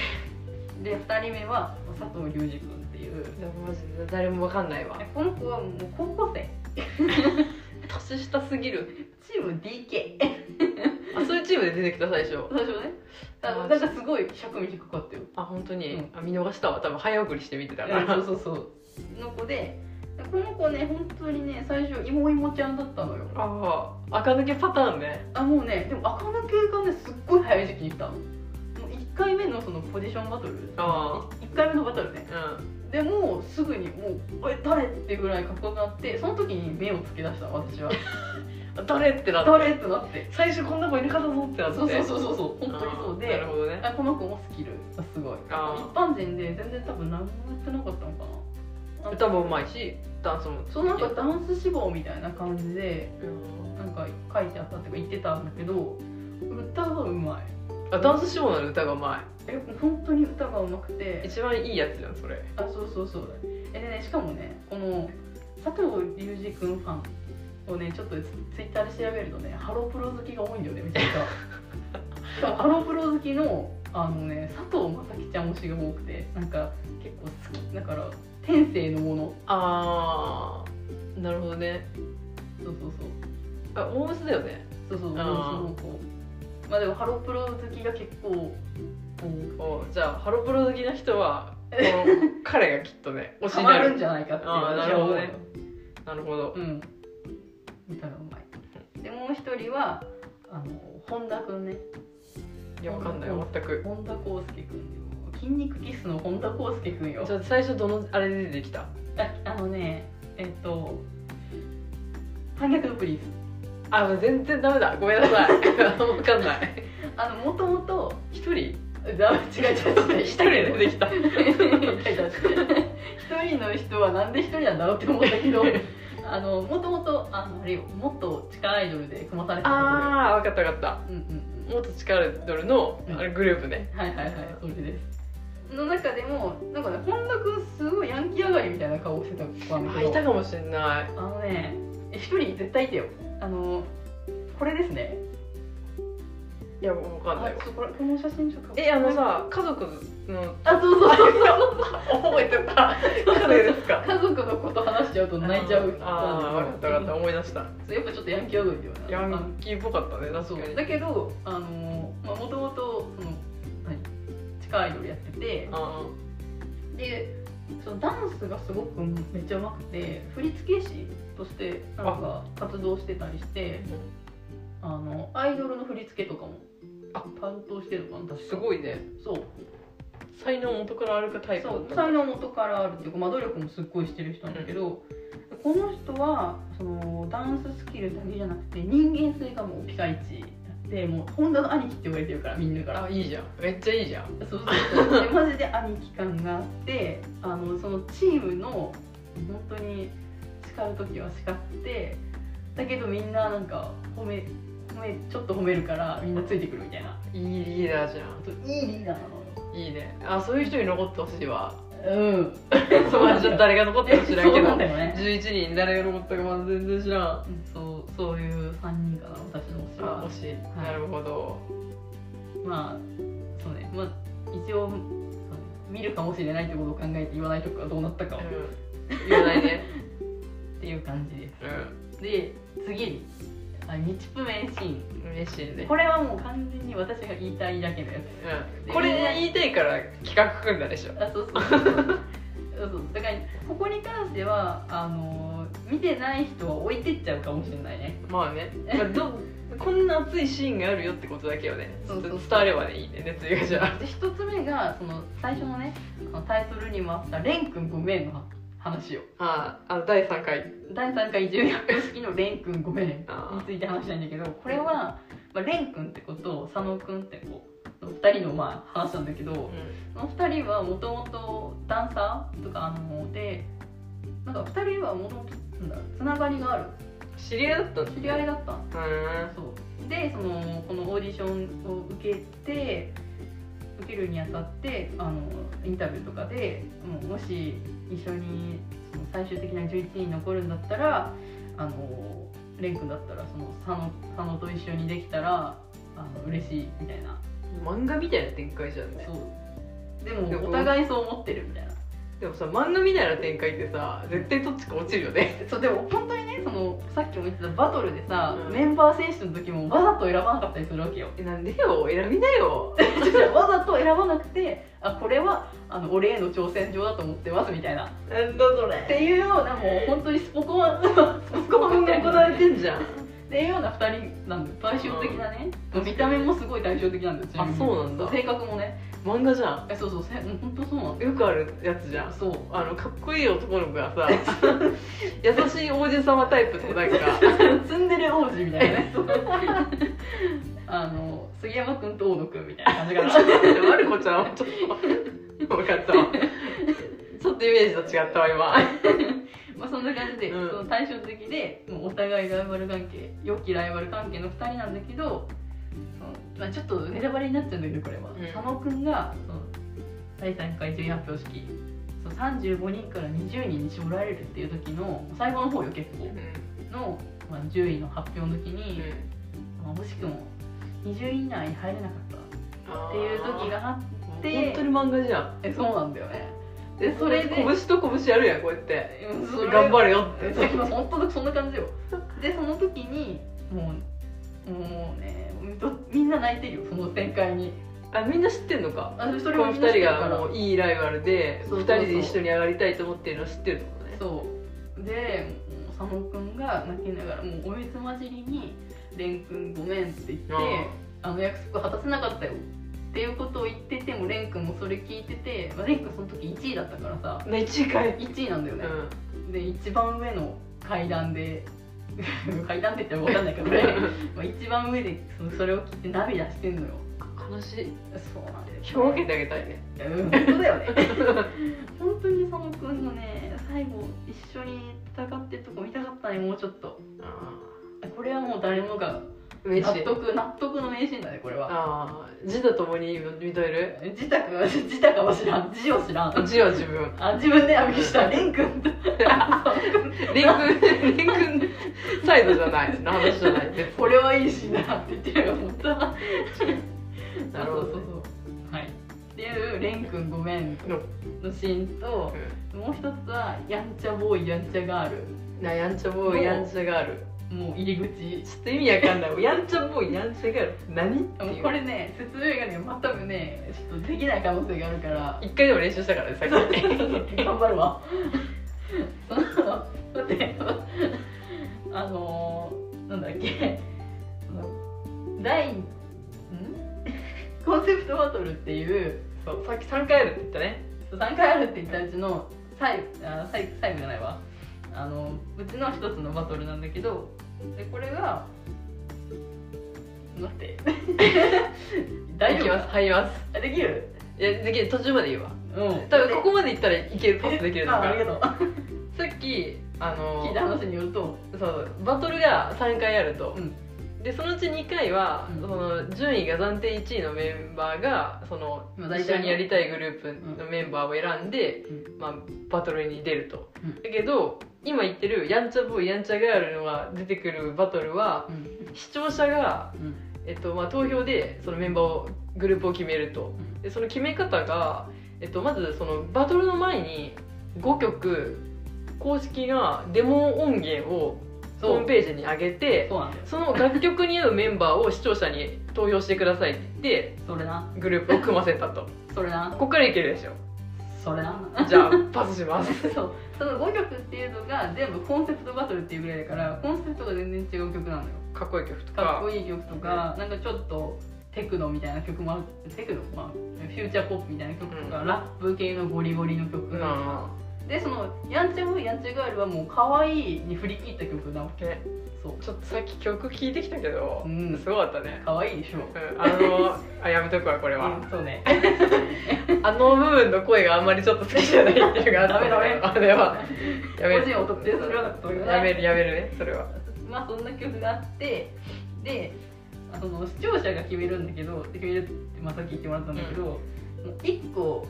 S2: で2人目は佐藤隆二君って (laughs) いう
S1: いやマジで誰もわかんないわ
S2: でこの子はもう高校生
S1: 年下すぎる
S2: チーム DK
S1: あそういうチームで出てきた最初
S2: 最初ねあの
S1: あ
S2: なんかすごい尺短かったよ
S1: あ本当に、
S2: うん
S1: あ見逃したわ多分早送りして見てたから、
S2: うんそうそうそうの子でこの子ね本当にね最初いもいもちゃんだったのよ
S1: ああ垢抜けパターンね
S2: あもうねでも赤抜けがねすっごい早い時期に来たのもう1回目のそのポジションバトル
S1: あ
S2: 1回目のバトルね
S1: うん
S2: でもうすぐにもう「え誰?」ってぐらいかっこよくなってその時に目をつけ出したの私 (laughs) は
S1: あ誰って
S2: 「
S1: なって
S2: 誰?」ってなって
S1: 最初こんな子いるかと思ってなって
S2: そうそうそうそうそう本当にそう
S1: あーな
S2: で
S1: るほどね
S2: あこの子もスキルがすごい一
S1: あ
S2: 般人で全然多分何もやってなかったのかな
S1: ー歌もうまいしダンスも
S2: そうなんかダンス志望みたいな感じで
S1: うん
S2: なんか書いてあったっていうか言ってたんだけど歌がうまい
S1: あダンス志望なの歌がうま
S2: え本当に歌がうまくて
S1: い一番いいやつじゃんそれ
S2: あそうそうそうえでねしかもねこの佐藤隆二君ファンをねちょっとツツイッターで調べるとねハロプロ好きが多いんだよねめちゃくちゃし
S1: (laughs)
S2: かもハロプロ好きのあのね佐藤正樹ちゃん推しが多くてなんか結構好きだから天性のもの
S1: ああなるほどね
S2: そうそうそう
S1: あ大スだよね
S2: そうそうそう
S1: あー
S2: そうこうまあでもハロプロ好きが結構こう
S1: おじゃあハロプロ好きな人 (laughs) はこの彼がきっとね推し
S2: ハ
S1: に
S2: マ
S1: な
S2: るん
S1: る
S2: じゃないかっていう
S1: あーなるほどねなるほど
S2: うん歌がうまいでもう一人はあの本田君ね
S1: いやわかんない全く
S2: 本田康介君よ筋肉キスの本田康介君よ
S1: じゃあ最初どのあれで出てきた
S2: ああのねえっと反逆のプリンス
S1: あもう全然ダメだごめんなさい (laughs) わかんない
S2: あのもともと
S1: 一人
S2: 違う違う違う
S1: 一人で (laughs) 出てきた
S2: 一人の人はなんで一人なんだろうって思ったけどあのもともとあのあれよ元地下アイドルで組まされてたところよ
S1: ああわかったわかった
S2: うんうんうん
S1: 元力ドルのあれグループね
S2: はいはいはいそれですの中でもなんかね本田君すごいヤンキー上がりみたいな顔をしてた子なんだ
S1: あ
S2: け
S1: い
S2: ど
S1: たかもしれない
S2: あのねえ一人絶対いてよあのこれですね
S1: いやもうわかんない
S2: あ
S1: わ
S2: そうこれこの写真ちょっと
S1: えあのさ家族の
S2: あそうそうそう
S1: (laughs) 覚えてた彼ですか
S2: 家族のこと話しちゃうと泣いちゃう人
S1: ああわかったわかった
S2: っ
S1: 思い出した
S2: たやっぱちょっとヤンキー上がりだよな
S1: ヤンキーっぽかったね
S2: あそ
S1: 確か
S2: う
S1: に
S2: だけどあのまあもともとその何地下アイドルやってて
S1: あ
S2: でそのダンスがすごくめっちゃうまくて振付師としてなんか活動してたりしてあのアイドルの振り付けとかも
S1: あ
S2: 担当してるのかな
S1: あ
S2: 確か
S1: すごいね
S2: そう
S1: 才能元からあるかタイプだ
S2: そ
S1: っ
S2: う
S1: た
S2: 才能元からあるっていうか、まあ、努力もすっごいしてる人なんだけど、この人はそのダンススキルだけじゃなくて人間性がもうピカイチでもう本田の兄貴って言われてるからみんなから
S1: あいいじゃんめっちゃいいじゃん
S2: そうそうそうでマジで兄貴感があってあのそのチームの本当に叱る時は叱ってだけどみんななんか褒め褒めちょっと褒めるからみんなついてくるみたいない
S1: いリーダーじゃ
S2: あといいリーダーなのよ
S1: んいいねあそういう人に残ってほしいわ
S2: うん
S1: そうまあちょっと誰が残っても知らんけ
S2: そうな
S1: ど
S2: んだよね
S1: 11人誰が残ったかまだ全然知らん
S2: うんそうそういう3人かな私の推し
S1: あ
S2: は
S1: 惜しい
S2: い
S1: なるほど
S2: まあそうねまあ一応そうね見るかもしれないってことを考えて言わないとこがどうなったかをっ
S1: うん言わないね
S2: ていう感じで
S1: う
S2: すで次にあ日プメンシーン
S1: ん嬉しいね
S2: これはもう完全に私が言いたいだけのや
S1: うんこれ言いたいから企画組んだでしょ
S2: つあそうそう (laughs) そうそうそうだからここに関してはあのー見てない人は置いてっちゃうかもしれないね
S1: まあね、まあ、どこんな熱いシーンがあるよってことだけをねちょっと伝わればねいいね熱意がじゃあ
S2: で一つ目がその最初のねあのタイトルにもあった「レン君ごめんのは」話を
S1: ああの第3回
S2: 第3回重要公式のレン君ごめんに
S1: あ
S2: ついて話したいんだけどこれは、まあ、レン君って子と佐野君って子の2人のまあ話なんだけど、
S1: ー、うん
S2: その2人はもともとダンサーとかあのでなんか2人はもともとなんだろうつながりがある
S1: 知り合いだったんだ
S2: 知り合い
S1: だ
S2: だったの
S1: うん
S2: そうでそのこのオーディションを受けて受けるにあたってあのインタビューとかでもうもし一緒にその最終的な11人に残るんだったらあの蓮くんだったらその佐野佐野と一緒にできたらあの嬉しいみたいな
S1: 漫画みたいな展開じゃんね
S2: そうで
S1: でも
S2: もお互いそう思ってるみたいな
S1: でもさ漫画みたいな展開ってさ絶対どっちか落ちるよね
S2: そうでも本当にねそのさっきも言ってたバトルでさ、
S1: うん
S2: メンバー選手の時もわざと選ばなかったりするわ
S1: (laughs)
S2: けよ
S1: えなんでよ選びなよ (laughs)
S2: わざと選ばなくてあこれはあの俺への挑戦状だと思ってますみたいな
S1: なんだそれ
S2: っていうようなもう本当にスポコンスポ
S1: ここ
S2: コン
S1: も
S2: みたい
S1: 行
S2: な
S1: わ
S2: っ
S1: れてんじゃん
S2: ていうような2人なんで対照的なね、見た目もすごい対照的なんですよ
S1: あそうなんだ
S2: 性格もね
S1: 漫画じゃ
S2: えそうそうせうん本当そうなん
S1: んよくあるやつじゃん
S2: そう
S1: あのかっこいい男の子がさ (laughs) 優しい王子様タイプとなんか
S2: ツンデレ王子みたいなね (laughs) あの杉山君と大野君みたいな感じかな
S1: マルコちゃんはちょっと分かったわちょっとイメージと違ったわ今
S2: まあそんな感じで、
S1: うん
S2: その対照的でもうお互いライバル関係良きライバル関係の2人なんだけど、そのまあ、ちょっとネタバレになっちゃうんだけどこれは、
S1: ん
S2: 佐野くんがその第3回順位発表式その35人から20人に絞られるっていう時の最後の方よ結構の、まあ、10位の発表の時に、まあ、惜しくも20位以内に入れなかったっていう時があっ
S1: 本当に漫画じゃん
S2: てそうなんだよね
S1: でそれで拳と拳やるやんこうやって
S2: うんそれ
S1: 頑張れよって
S2: でも本当そんな感じよでその時にもうもうねどみんな泣いてるよその展開に
S1: あみんな知ってんのか
S2: あそ
S1: こ
S2: れも
S1: の
S2: みんな知
S1: 2
S2: って
S1: 人
S2: るか
S1: が
S2: ら
S1: もういいライバルで
S2: そう
S1: 2
S2: そう
S1: 人
S2: そう
S1: で一緒に上がりたいと思ってるのは知ってるってことね
S2: そうでもう佐野くんが泣きながらもうお水混じりに「蓮くんごめん」って言ってあの約束果たせなかったよっていうことを言ってても蓮くんもそれ聞いてて、まあ、蓮くんその時1位だったからさ
S1: ね1回
S2: 1位なんだよ
S1: う
S2: ね、
S1: ん
S2: で一番上の階段で (laughs) 階段って言っても分かんないけどねまあ一番上でそのそれを聞いて涙してんのよ
S1: 悲しい
S2: そうなんだよ
S1: 表現てあげたいね
S2: うん本当だよね本当に佐野くんのね最後一緒に戦ってるとこ見たかったねもうちょっとこれはもう誰もが
S1: 嬉し
S2: 納
S1: い
S2: 得納得の名シーンだねこれは
S1: ああ自他ともに認める
S2: 自宅自宅は知らん字を知らん
S1: 字は自分
S2: あ自分で浴びした蓮く (laughs) んと
S1: レン君レン君サイドじゃないの話じゃない別に
S2: これはいいシーンだなって言ってるよ本当はそうそうそ
S1: なるほどね
S2: うはいっていう「レン君ごめん」のシーンともう一つは「やんちゃボーイやんちゃガール
S1: なやんちゃボーイやんちゃガール」
S2: もう入り口
S1: ちょっと意味わかんないやんちゃボーイやんちゃガール何って
S2: もう
S1: いう
S2: これね説明がねまたねちょっとできない可能性があるから
S1: 一回でも練習したからねさっ
S2: (laughs)
S1: き
S2: 頑張る (laughs) わそのだってあのー、なんだっけその第んコンセプトバトルっていう
S1: そうさっき3回やるって言ったね
S2: 3回あるって言ったうちの最あ最最後じゃないわあのうちの一つのバトルなんだけどでこれが待って
S1: (laughs)
S2: 大
S1: いき
S2: 丈
S1: ます入ります
S2: 夫できる
S1: いやできる途中までいいわ
S2: うん
S1: 多分ここまでいったらいけるパスできると
S2: ああ
S1: か
S2: りがとう
S1: さっきあの
S2: 聞いた話によると
S1: そうバトルが3回あると、
S2: う
S1: でそのうち2回は、
S2: うん
S1: その順位が暫定1位のメンバーがその
S2: まあ大体
S1: 一
S2: の
S1: 緒にやりたいグループのメンバーを選んで、
S2: う
S1: まあ、バトルに出ると、
S2: うん
S1: だけど今言ってるやんちゃボーイやんちゃガールのが出てくるバトルは
S2: うん
S1: 視聴者が、
S2: うん
S1: えっとまあ、投票でそのメンバーをグループを決めるとでその決め方が、えっと、まずそのバトルの前に5曲公式がデモ音源を
S2: そう
S1: ホームページに上げて
S2: そうなんだよ
S1: その楽曲に合うメンバーを視聴者に投票してくださいって言って
S2: それな
S1: グループを組ませ
S2: (laughs)
S1: たと
S2: それな
S1: こっからいけるでしょ
S2: それな (laughs)
S1: じゃあパスします
S2: そうその5曲っていうのが全部コンセプトバトルっていうぐらいだからコンセプトが全然違う曲なのよ
S1: かっこいい曲とか
S2: かっこいい曲とか、なんかちょっとテクノみたいな曲もあるテクノ、まあ、フューチャーポップみたいな曲とか、
S1: うん
S2: ラップ系のゴリゴリの曲、
S1: うん
S2: でそのやんちゃボーイやんちゃガールはもう可愛いに振り切った曲なわけ
S1: ね
S2: そう
S1: ちょっとさっき曲聴いてきたけど、
S2: うん
S1: すごかったね、
S2: 可愛いでしょ
S1: うん、あのあやめとくわこれは、
S2: うんそうね
S1: あの部分の声があんまりちょっと好きじゃないっていうのがあった
S2: ダメダメ
S1: あれはやめ
S2: 個人を特定するようなこと言わない
S1: やめるやめるねそれは
S2: (laughs) まあそんな曲があってであその視聴者が決めるんだけどで決めるって、まあ、さっき言ってもらったんだけど、もう1個、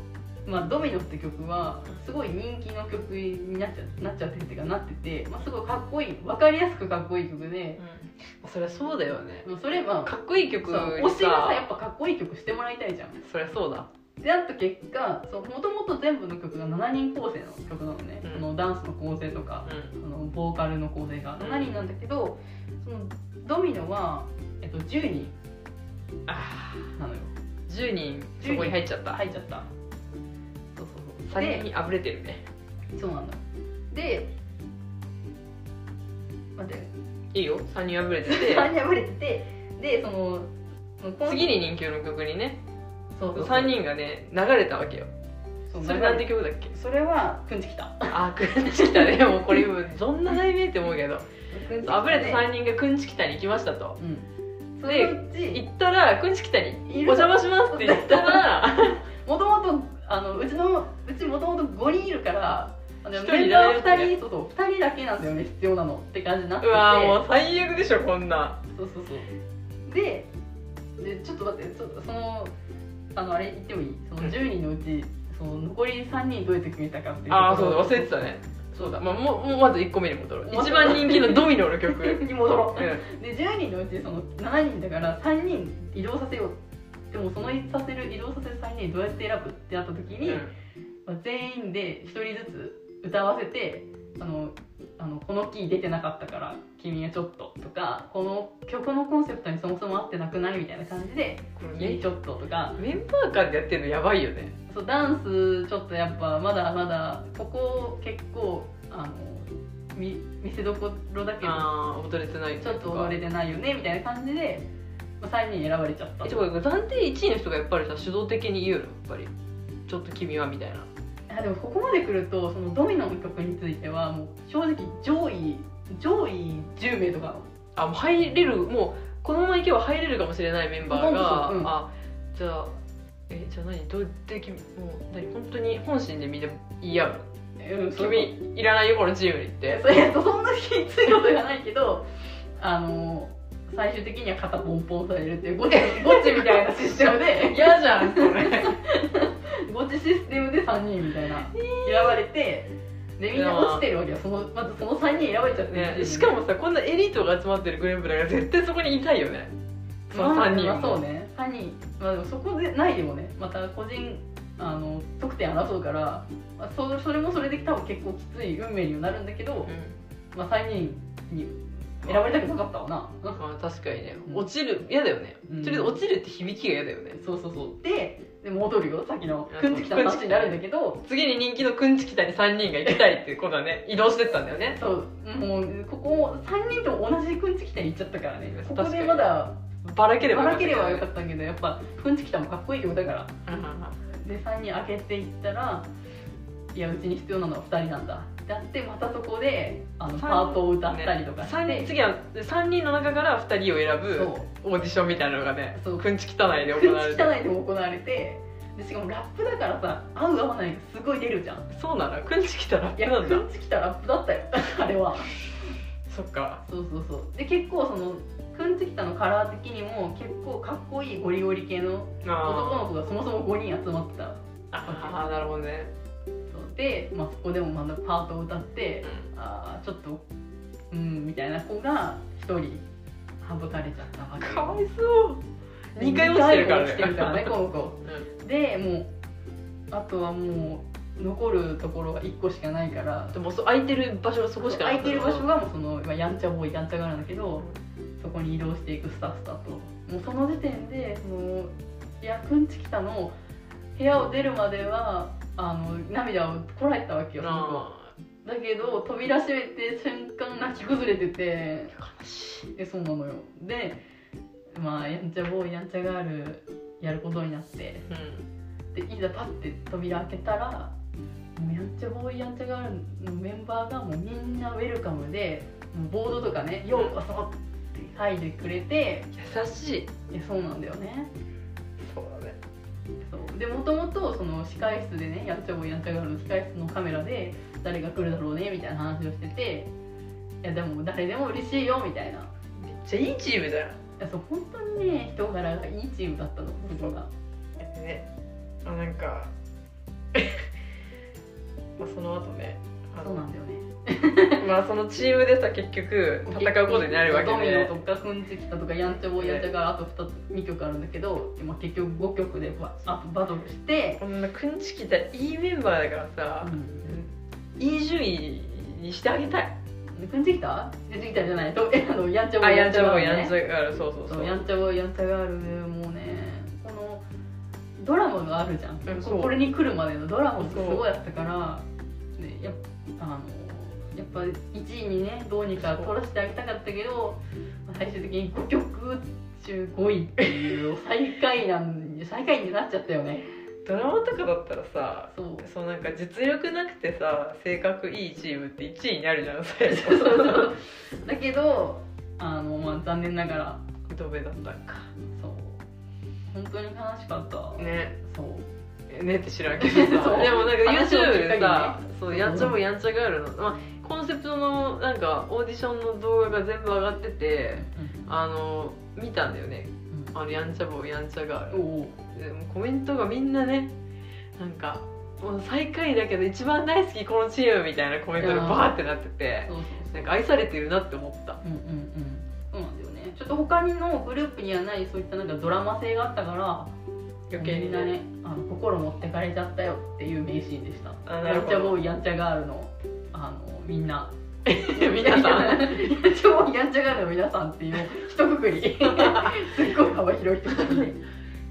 S2: まあ、ドミノって曲はすごい人気の曲になっちゃなっちゃってるっていうかなってて、まあ、すごいかっこいい分かりやすくかっこいい曲で、
S1: そりゃそうだよね
S2: もうそれまあ
S1: かっこいい
S2: そ
S1: 曲に
S2: う推しがさやっぱかっこいい曲してもらいたいじゃん
S1: そりゃそうだ
S2: であと結果もともと全部の曲が7人構成の曲なのね、
S1: うん
S2: そのダンスの構成とか
S1: うん
S2: そのボーカルの構成が
S1: うん
S2: 7人なんだけど、そのドミノは、えっと、10人
S1: あ
S2: なのよ
S1: ー10人そこに入っちゃった、
S2: 入っちゃったそうそうそう
S1: 3
S2: で
S1: 人あぶれてるね
S2: そうなんだで待って
S1: いいよ3人あぶれてて
S2: 3人破れててでそのそのコン
S1: (laughs) 次に人気の曲にね
S2: そうそうそう
S1: 3人がね流れたわけよ
S2: そう
S1: それなんて曲だっけ
S2: それはくんちきた
S1: あーくんちきた (laughs) ねもうこれどんな題名って思うけどあぶれた3人がくんちきたに行きましたと
S2: うんそ
S1: で
S2: れのうち
S1: 行ったらくんちきたに
S2: い
S1: お
S2: る
S1: 邪魔しますって言った (laughs) ら
S2: もともとあのうちのうちもともと5人いるからあの
S1: 一人
S2: メンバー
S1: いらな
S2: 2
S1: い
S2: 人そうそう2人だけなんだよね必要なのって感じになって
S1: う
S2: て
S1: わーもう最悪でしょこんな
S2: そうそうそうででちょっと待ってちょっとそのあのあれ言ってもいいその
S1: うん
S2: 10人のうち、その残り3人どうやって決めたかっていう
S1: ああそうだ忘れてたね
S2: そうだ
S1: まあ、もうもうまず1個目に戻ろう一番人気のドミノの (laughs) 曲
S2: に戻ろう
S1: う
S2: (laughs) で10人のうちその7人だから3人移動させようでもそのさせる移動させる3人どうやって選ぶってなった時
S1: ん
S2: に、まあ全員で1人ずつ歌わせてあのあのこのキー出てなかったから君はちょっととかこの曲のコンセプトにそもそも合ってなくないみたいな感じで
S1: これ
S2: 君
S1: ね
S2: ちょっととか
S1: メンバー間でやってるのやばいよね
S2: そうダンスちょっとやっぱまだまだここ結構あの見見せどころだけど
S1: ああ踊れてない
S2: ちょっと踊れ
S1: て
S2: てないよねみたいな感じで、まあ、3人選ばれちゃった
S1: えちょこれ暫定1位の人がやっぱりさ主導的に言うのやっぱりちょっと君はみたいな
S2: あでもここまで来るとそのドミノの曲についてはもう正直上位上位10名とか
S1: あもう入れるもうこのままいけば入れるかもしれないメンバ
S2: ほ
S1: ーが、
S2: んとそううん
S1: あじゃあえじゃあ何どうやって君もう何本当に本心でみんな言い合うの
S2: うんそう
S1: 君いらないよこのチームにっ
S2: え (laughs)
S1: て
S2: そえっとそんなにきついことじゃないけどあの最終的には肩ポンポンされるっていうゴ
S1: (laughs)
S2: チゴチみたいなシステムで
S1: 嫌じゃんそれ
S2: ゴチシステムで3人みたいな選ばれてでみんな落ちてるわけよそのまずその3人選ばれちゃってる
S1: (laughs) ね、しかもさこんなエリートが集まってるグループだから絶対そこにいたいよねその3人
S2: まあ、そうね3人まあでもそこでないでもねまた個人あの得点争うから、まあ、そそれもそれで多分結構きつい運命にはなるんだけど、
S1: う
S2: まあ、3人に選ばれたくなかったわな、
S1: んまあ確かにね
S2: うん
S1: 落ちる嫌だよね、
S2: うん
S1: とりあえず落ちるって響きが嫌だよね
S2: そうそうそうでで戻るよさっきの
S1: いや
S2: くんちきた話になるんだけど
S1: 次に人気のくんちきたに3人が行きたいっていうこと
S2: (laughs)
S1: はね移動してったんだよね
S2: そうもうここ3人とも同じくんちきたに行っちゃったからねここ
S1: 確か
S2: で
S1: に
S2: まだ
S1: ばらければ
S2: ばらければよ
S1: よか
S2: か
S1: っ
S2: ったんだけどやっぱくんちきたもかっこいい曲だから
S1: たけどね
S2: で3人開けていったらいやうちに必要なのは2人なんだってなってまたそこであの
S1: 三人
S2: パートを歌ったりとかして、
S1: 三人次は3人の中から2人を選ぶ
S2: そ
S1: オーディションみたいなのがね
S2: そう
S1: くんち汚いで
S2: う
S1: 行
S2: くん
S1: われ
S2: ち
S1: て
S2: 汚いでも行われてでしかもラップだからさ合う合わないがすごい出るじゃん
S1: そうなのくんちきたラッ
S2: い
S1: プ
S2: や
S1: なん
S2: く
S1: だ
S2: んちきたラップだったよ (laughs) あれは
S1: そっか
S2: そうそうそうで結構そのくんちきたのカラー的にも結構かっこいいゴリゴリ系の男
S1: あ
S2: の子がそもそも5人集まってた
S1: ーあーなるほどね、
S2: そうで、まあ、そこでもまだパートを歌ってあーちょっとうんみたいな子が1人省かれちゃったわけ
S1: かわいそう
S2: で
S1: 2回落ちてるから
S2: 二回落ちてるからね
S1: ね
S2: この子でもうあとはもう残るところが1個しかないから
S1: でもそう空いてる場所がそこしかな
S2: 空
S1: か
S2: い
S1: った
S2: てる場所
S1: が
S2: がもうその、まあ、やんちゃボーイやんちゃがなんだけどそこに移動していくスタスタともうその時点でそのいやくんちきたの部屋を出るまではあの涙をこらえたわけよその子は
S1: あ
S2: だけど扉閉めて瞬間泣き崩れてて
S1: ー悲しい
S2: えそうなのよでまあやんちゃボーイやんちゃガールやることになって
S1: うん
S2: でいざパッて扉開けたらもうやんちゃボーイやんちゃガールのメンバーがもうみんなウェルカムでもうボードとかね「ようこそ!」って書いてくれて
S1: 優しい
S2: いやそうなんだよね
S1: そうだね
S2: そうでもともとその控室でねやっちゃおうやっちゃがの控室のカメラで誰が来るだろうねみたいな話をしてていやでも誰でも嬉しいよみたいない
S1: めっちゃいいチームだよ
S2: やそう本当にね人柄がいいチームだったのそこが
S1: ねあなんか (laughs) まあその後ねあ
S2: そう
S1: の
S2: なんだよね
S1: まあそのチームでさ結局戦うことになるわけ
S2: ドミノ
S1: で
S2: とかフンチキタとかやんちゃぼやんちゃがあと 2, 2曲あるんだけど今結局5曲でバあとバトルして、
S1: こんなくんちきたいいメンバーだからさ、いい順位にしてあげたい
S2: うん、くんちきたくんちきたじゃないとえあのやんちゃぼ
S1: あやんちゃも
S2: ぼ
S1: うやんちゃがあるそうそうそ
S2: そううやんちゃボーイやんちゃガールもうねこのドラマがあるじゃん、
S1: うんそう
S2: ここれに来るまでのドラマがす
S1: そう
S2: ごいあったから、ね、やっあのやっぱ1位にねどうにか取らせてあげたかったけどまあ最終的に5曲中5位っていう最下位なん最下位になっちゃったよね
S1: ドラマとかだったらさ
S2: そう
S1: そうなんか実力なくてさ性格いいチームって1位になるじゃん最初
S2: そうそうだけどあの、まあ、残念ながら
S1: (laughs) ドベだったんか
S2: そう本当に悲しかった、
S1: ね
S2: そう
S1: ねって知らんけどさ
S2: (laughs) そう
S1: でもなんか
S2: 話を聞
S1: YouTube
S2: く限り
S1: で
S2: ね
S1: さ、そうやんちゃ
S2: うん
S1: もやんちゃガールの、まあ、コンセプトのなんかオーディションの動画が全部上がっててあの見たんだよねあのやんちゃ坊やんちゃガー
S2: うん、
S1: ル
S2: おお
S1: でもコメントがみんなねなんかもう最下位だけど一番大好きこのチームみたいなコメントがバーってなってて
S2: そうそうそう
S1: なんか愛されてるなって思った
S2: うんうんうんそうなんだよねちょっと他のグループにはないそういったなんかドラマ性があったから
S1: 余計
S2: み
S1: に
S2: んなねあの心持ってかれちゃったよっていう名シーンでした
S1: あな
S2: やん
S1: るほ
S2: ち
S1: ど
S2: ゃ (laughs) ボーイやんちゃガールのあのみん (laughs) な
S1: 皆さん
S2: やんちゃボーイやんちゃガールの皆さんっていう一括り (laughs) すっごい幅広い一括りで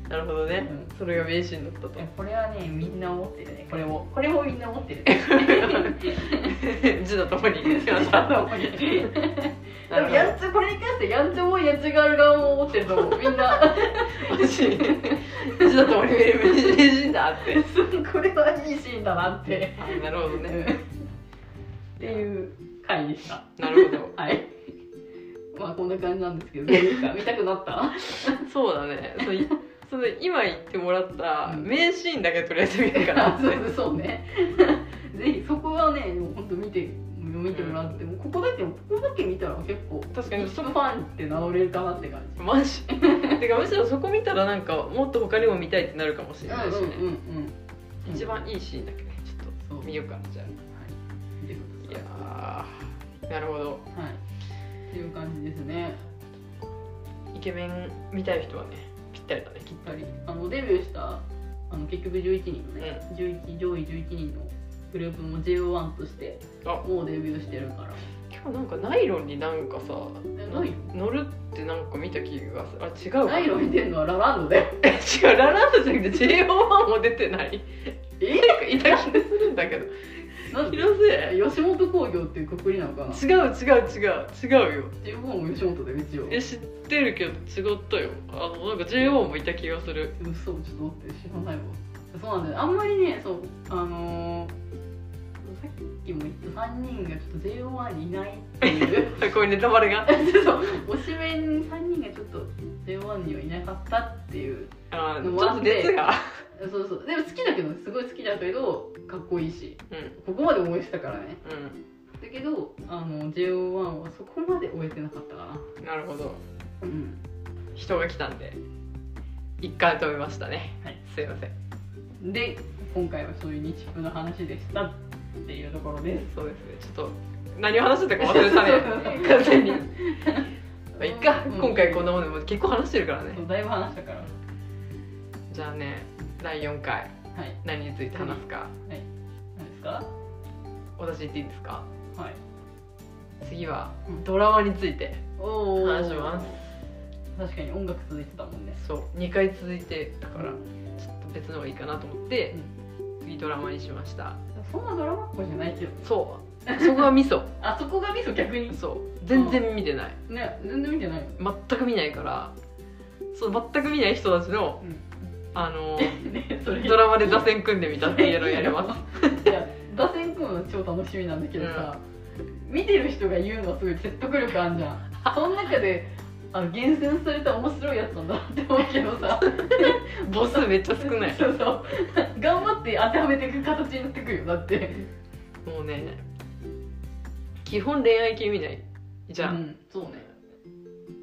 S1: なるほどね、
S2: う
S1: それが名シーンだった
S2: い (laughs)
S1: と (laughs)
S2: やこれはねみんな思ってるねこれもこれもみんな思ってる (laughs)
S1: 字のともに言ってました
S2: あの
S1: な
S2: で
S1: る
S2: も
S1: ほど
S2: やんちゃこれに関してやんちゃボーイやんちゃガール側も思ってると思うみんな (laughs)
S1: マジマジだと俺める名人だって
S2: (laughs) これはいいシーンだなって、
S1: あなるほどね
S2: っていう回でした
S1: なるほど
S2: はいまあこんな感じなんですけどどうですか見たくなった
S1: そうだねそういその今言ってもらった
S2: うん
S1: 名シーンだけとりあえず見るか
S2: (laughs)
S1: ら
S2: そうそうねぜひそこはねもう本当見て見てもらって、もうここだけここだけ見たら結構
S1: 確かに
S2: そのファンって名乗れるかなって感じ
S1: マジてかむしろそこ見たらなんかもっと他にも見たいってなるかもしれない
S2: うん
S1: しね、
S2: うんうん
S1: 一番いいシーンだけねちょっ
S2: そう
S1: と見ようかなじゃ
S2: 見てく
S1: あい
S2: ださい
S1: やーなるほど
S2: はいっていう感じですね
S1: イケメン見たい人はねぴったりだねきっ
S2: やっぱりあのデビューしたあの結局11人のね、11上位11人のグループも JO1 として
S1: あ
S2: もうデビューしてるから
S1: と今日なんかナイロンになんかさ
S2: えナイロ
S1: 乗るってなんか見た気がするあ違うか
S2: ナイロ見てんのはラランドだよ
S1: 違うラランドじゃなくて JO1 も出てない
S2: え
S1: なんかいた気がするんだけど
S2: なんで
S1: 広瀬
S2: 吉本興業っていうくくりなのかな
S1: 違う違う違う違うよ
S2: JO1 も吉本だよ一応
S1: え知ってるけど違ったよあのなんか JO1 もいた気がする
S2: 嘘ちょっと待って知らないわそうなんだよあんまりねそうあのーさっきも言った3人がちょっと JO1 にいないっていう (laughs)
S1: こういうネタバレが
S2: そう推しメン3人がちょっと JO1 にはいなかったっていう
S1: あー
S2: でも
S1: ちょっと熱が
S2: そうそうでも好きだけどすごい好きだけどかっこいいし
S1: う
S2: こ
S1: ん
S2: こまで応援してたからね
S1: う
S2: だけどあの JO1 はそこまで終えてなかったかなん
S1: なるほど
S2: うん
S1: 人が来たんで一回止めましたね、
S2: はい、
S1: すいません
S2: で今回はそういう日プの話でしたっていうところです
S1: そうですねちょっと何を話してたか忘れたね完全にまあいっか
S2: うん
S1: 今回こんなもんでも結構話してるからね
S2: そうだいぶ話したから
S1: じゃあね第4回
S2: はい
S1: 何について話すか
S2: 何ですか
S1: 私言っていいですか
S2: はい
S1: 次は
S2: うん
S1: ドラマについて
S2: お
S1: ー話します
S2: 確かに音楽続いてたもんね
S1: そう2回続いてだから
S2: うん
S1: ちょっと別の方がいいかなと思って次ドラマにしました
S2: そんなドラマっ子じゃないけど
S1: そうそこがミ
S2: (laughs)
S1: ソ
S2: あそこがミソ逆に
S1: そう全然見てない
S2: ね全然見てないよ
S1: 全く見ないからそう全く見ない人たちの、
S2: うん
S1: あの
S2: (laughs) ねそれ
S1: ドラマで座禅組んでみたっていうのをやります
S2: す超楽しみなんだけどさ、見てる人が言うのはすごい説得力あんじゃんその中であ厳選された面白いやつなんだって思うけどさ (laughs)
S1: 母数めっちゃ少ない
S2: そうそう頑張って当てはめていく形になってくるよだって
S1: もうね基本恋愛系見ないじゃ、
S2: うんん、そうね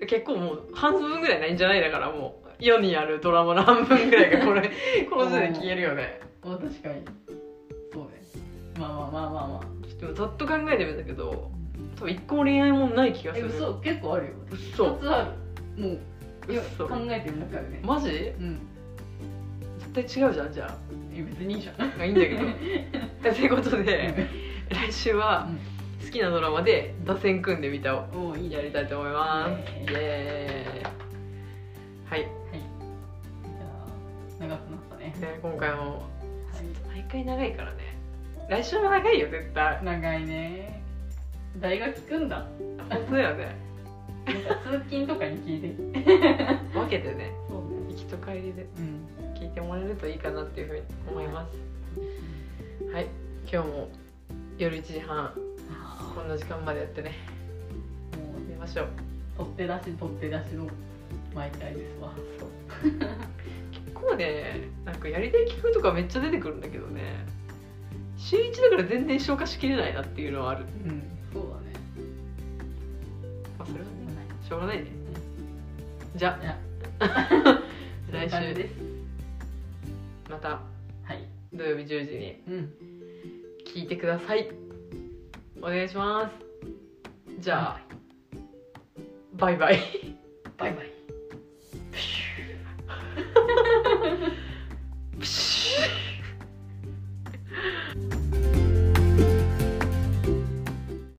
S1: 結構もう半分ぐらいないんじゃないだからもう世にあるドラマの半分ぐらいがこれこの時点で消えるよね (laughs)
S2: まあ確かにそうねまあまあまあまあまあ
S1: でもざっと考えてみたけど多分一個も恋愛もんない気がす
S2: え
S1: る
S2: 嘘結構あるよ
S1: 嘘
S2: 2つあるもういや
S1: 嘘
S2: 考えてる中でね、
S1: マジ
S2: うん
S1: 絶対違うじゃんじゃ
S2: え別にいいじゃん
S1: あいいんだけど (laughs) ということ
S2: (laughs)
S1: で来週は
S2: うん
S1: 好きなドラマで打線組んでみたを
S2: おおいいじゃ
S1: や
S2: ん
S1: りたいと思います
S2: イエーイ
S1: イエーイはい、
S2: じゃあ長くなったね、
S1: ね、今回も
S2: は
S1: 毎回長いからね来週も長いよ絶対
S2: い、長いね大が効くんだ
S1: 本当だよ (laughs) ね
S2: なんか通勤とかに聞いて
S1: 分けてね
S2: そうね
S1: 行きと帰りで
S2: うん
S1: 聞いてもらえるといいかなっていうふうに思いますはい今日も夜1時半こんな時間までやってね
S2: も
S1: 寝ましょう
S2: う取って出し取って出しの毎回ですわ
S1: そう結構ねなんかやりたい企画とかめっちゃ出てくるんだけどね週1だから全然消化しきれないなっていうのはある、
S2: うんそうだね
S1: まあ、それはね
S2: ない
S1: しょうがないねじゃ
S2: いや
S1: あ (laughs) 来
S2: そういう感じ
S1: 週
S2: です
S1: また
S2: はい
S1: 土曜日10時に
S2: うん
S1: 聞いてくださいお願いしますじゃあバイバイ
S2: バイバイ